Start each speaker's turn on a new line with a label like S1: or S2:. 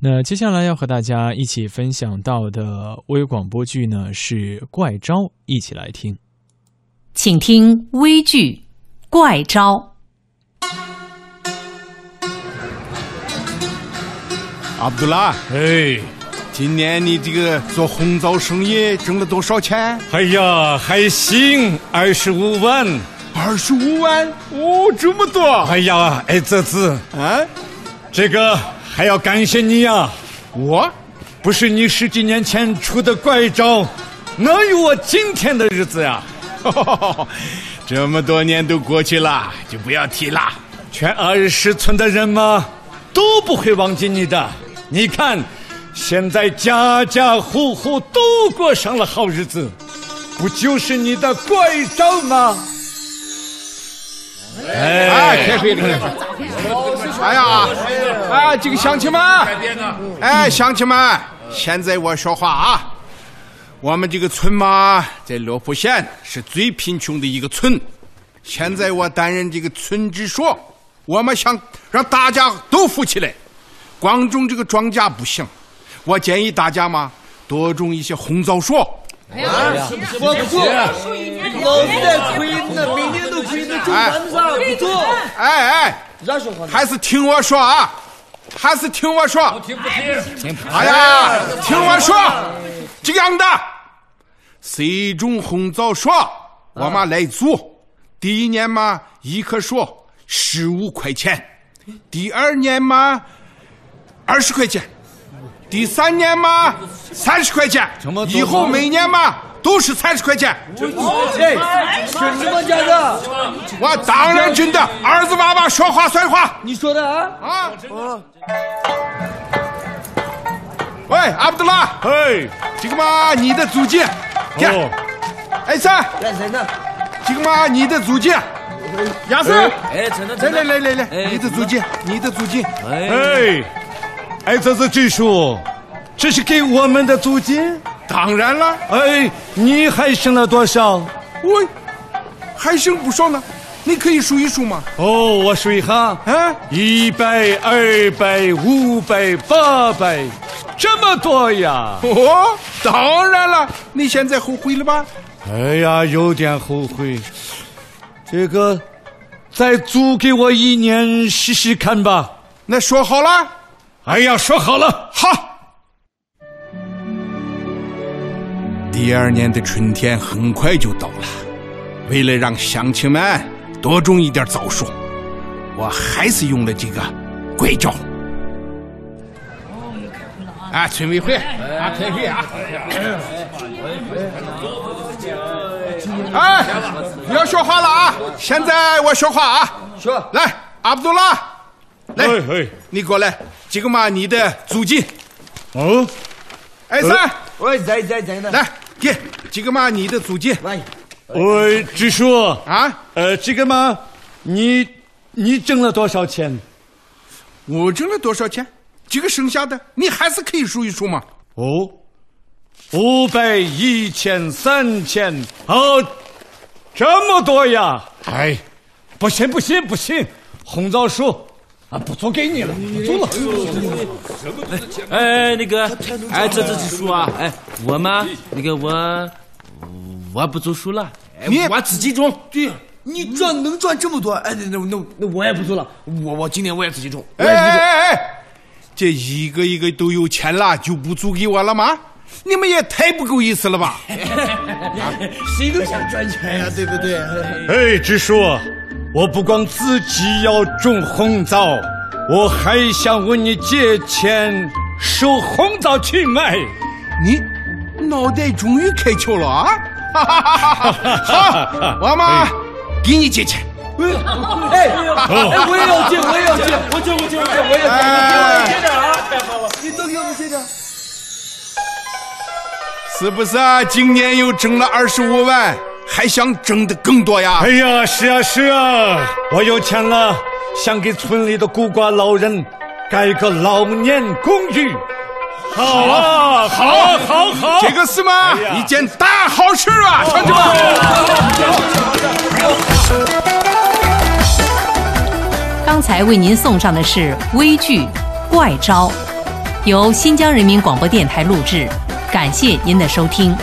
S1: 那接下来要和大家一起分享到的微广播剧呢是《怪招》，一起来听。
S2: 请听微剧《怪招》。
S3: 阿卜杜拉，
S4: 哎，
S3: 今年你这个做红枣生意挣了多少钱？
S4: 哎呀，还行，二十五万。
S3: 二十五万？哦，这么多！
S4: 哎呀，哎，这次
S3: 啊，
S4: 这个还要感谢你呀、
S3: 我
S4: 不是你十几年前出的怪招，哪有我今天的日子呀？
S3: 这么多年都过去了，就不要提了。
S4: 全二十村的人嘛，都不会忘记你的。你看，现在家家户户都过上了好日子，不就是你的怪招吗？
S3: 哎，开会了。哎呀，哎，这个乡亲们，哎，乡亲们，现在我说话啊。我们这个村嘛，在罗浦县是最贫穷的一个村。现在我担任这个村支书，我们想让大家都富起来。光种这个庄稼不行，我建议大家嘛，多种一些红枣树。
S5: 我不做，老子在亏呢，每年都亏呢，种咱们啥不做？
S3: 哎哎，
S5: 让说话呢？
S3: 还是听我说啊，还是听我说。听不听？听不哎呀，听我说，这个样的，谁种红枣树，我们来租。第一年嘛，一棵树十五块钱；第二年嘛，二十块钱；第三年嘛，三十块钱。
S4: 么多
S3: 以后每年嘛都是三十块钱。
S5: 哎，什么家的？
S3: 我当然真的，儿子娃娃说话算话。
S5: 你说的啊？
S3: 啊！喂，阿卜杜拉，
S4: 哎，
S3: 这个嘛，你的足迹，给
S4: 哦，
S3: 哎三，
S5: 来谁呢？
S3: 这个嘛，你的足迹，亚瑟，
S5: 哎，陈的
S3: 来
S5: 陈
S3: 来
S5: 的，
S3: 来来来，你的足迹，你的足迹，
S4: 哎，哎，这是支书，这是给我们的租金。
S3: 当然了，
S4: 哎，你还剩了多少？
S3: 我还剩不少呢，你可以数一数吗？
S4: 哦，我数一下，
S3: 啊，
S4: 一百、二百、五百、八百，这么多呀！
S3: 哦，当然了，你现在后悔了吧？
S4: 哎呀，有点后悔。这个，再租给我一年试试看吧。
S3: 那说好了，
S4: 哎呀，说好了，
S3: 好。第二年的春天很快就到了，为了让乡亲们多种一点枣树，我还是用了这个怪招。啊，村委会啊，开会啊！哎，你要说话了啊！现在我说话啊！
S5: 说
S3: 来，阿卜杜拉，来，
S4: 哎哎
S3: 你过来，这个嘛，你的租金，
S4: 哦，
S3: 哎三，
S5: 喂，在在在 呢？
S3: 来给这个嘛，你的租金
S5: 喂，
S4: 我支书，
S3: 啊，
S4: 哎呃，这个嘛，你你挣了多少钱？
S3: 我挣了多少钱？这个剩下的你还是可以数一数嘛。
S4: 哦，五百、一千、三千，哦，这么多呀！
S3: 哎，
S4: 不行不行不行，红枣树啊，不租给你了，不租了。
S6: 哎，那个，哎，这这支书啊，哎，我嘛，那个我，我不读书了，哎
S3: 你
S6: 我自己种。对，
S5: 你赚能赚这么多？哎，那那那那我也不做了，我我今年我也自己种。
S3: 哎哎哎哎，这一个一个都有钱了，就不租给我了吗？你们也太不够意思了吧！啊
S5: 谁都想赚钱呀，对不对？
S4: 哎，支书，我不光自己要种红枣，我还想问你借钱收红枣去卖。
S3: 你脑袋终于开窍了啊！哈哈哈哈哈！好，我妈给你借钱。
S5: 哎，哎，我也要借，我也要借，我借我借我借，我也
S3: 哎
S5: 借点啊！太好了，你都给我们借点。
S3: 是不是啊？今年又挣了二十五万，还想挣的更多呀？
S4: 哎呀，是啊是啊，我有钱了，想给村里的孤寡老人盖个老年公寓。好啊，好啊，好好。
S3: 这个是吗？
S4: 呀
S3: 一件大好事啊，乡亲们！
S2: 刚才为您送上的是微剧《怪招》，由新疆人民广播电台录制，感谢您的收听。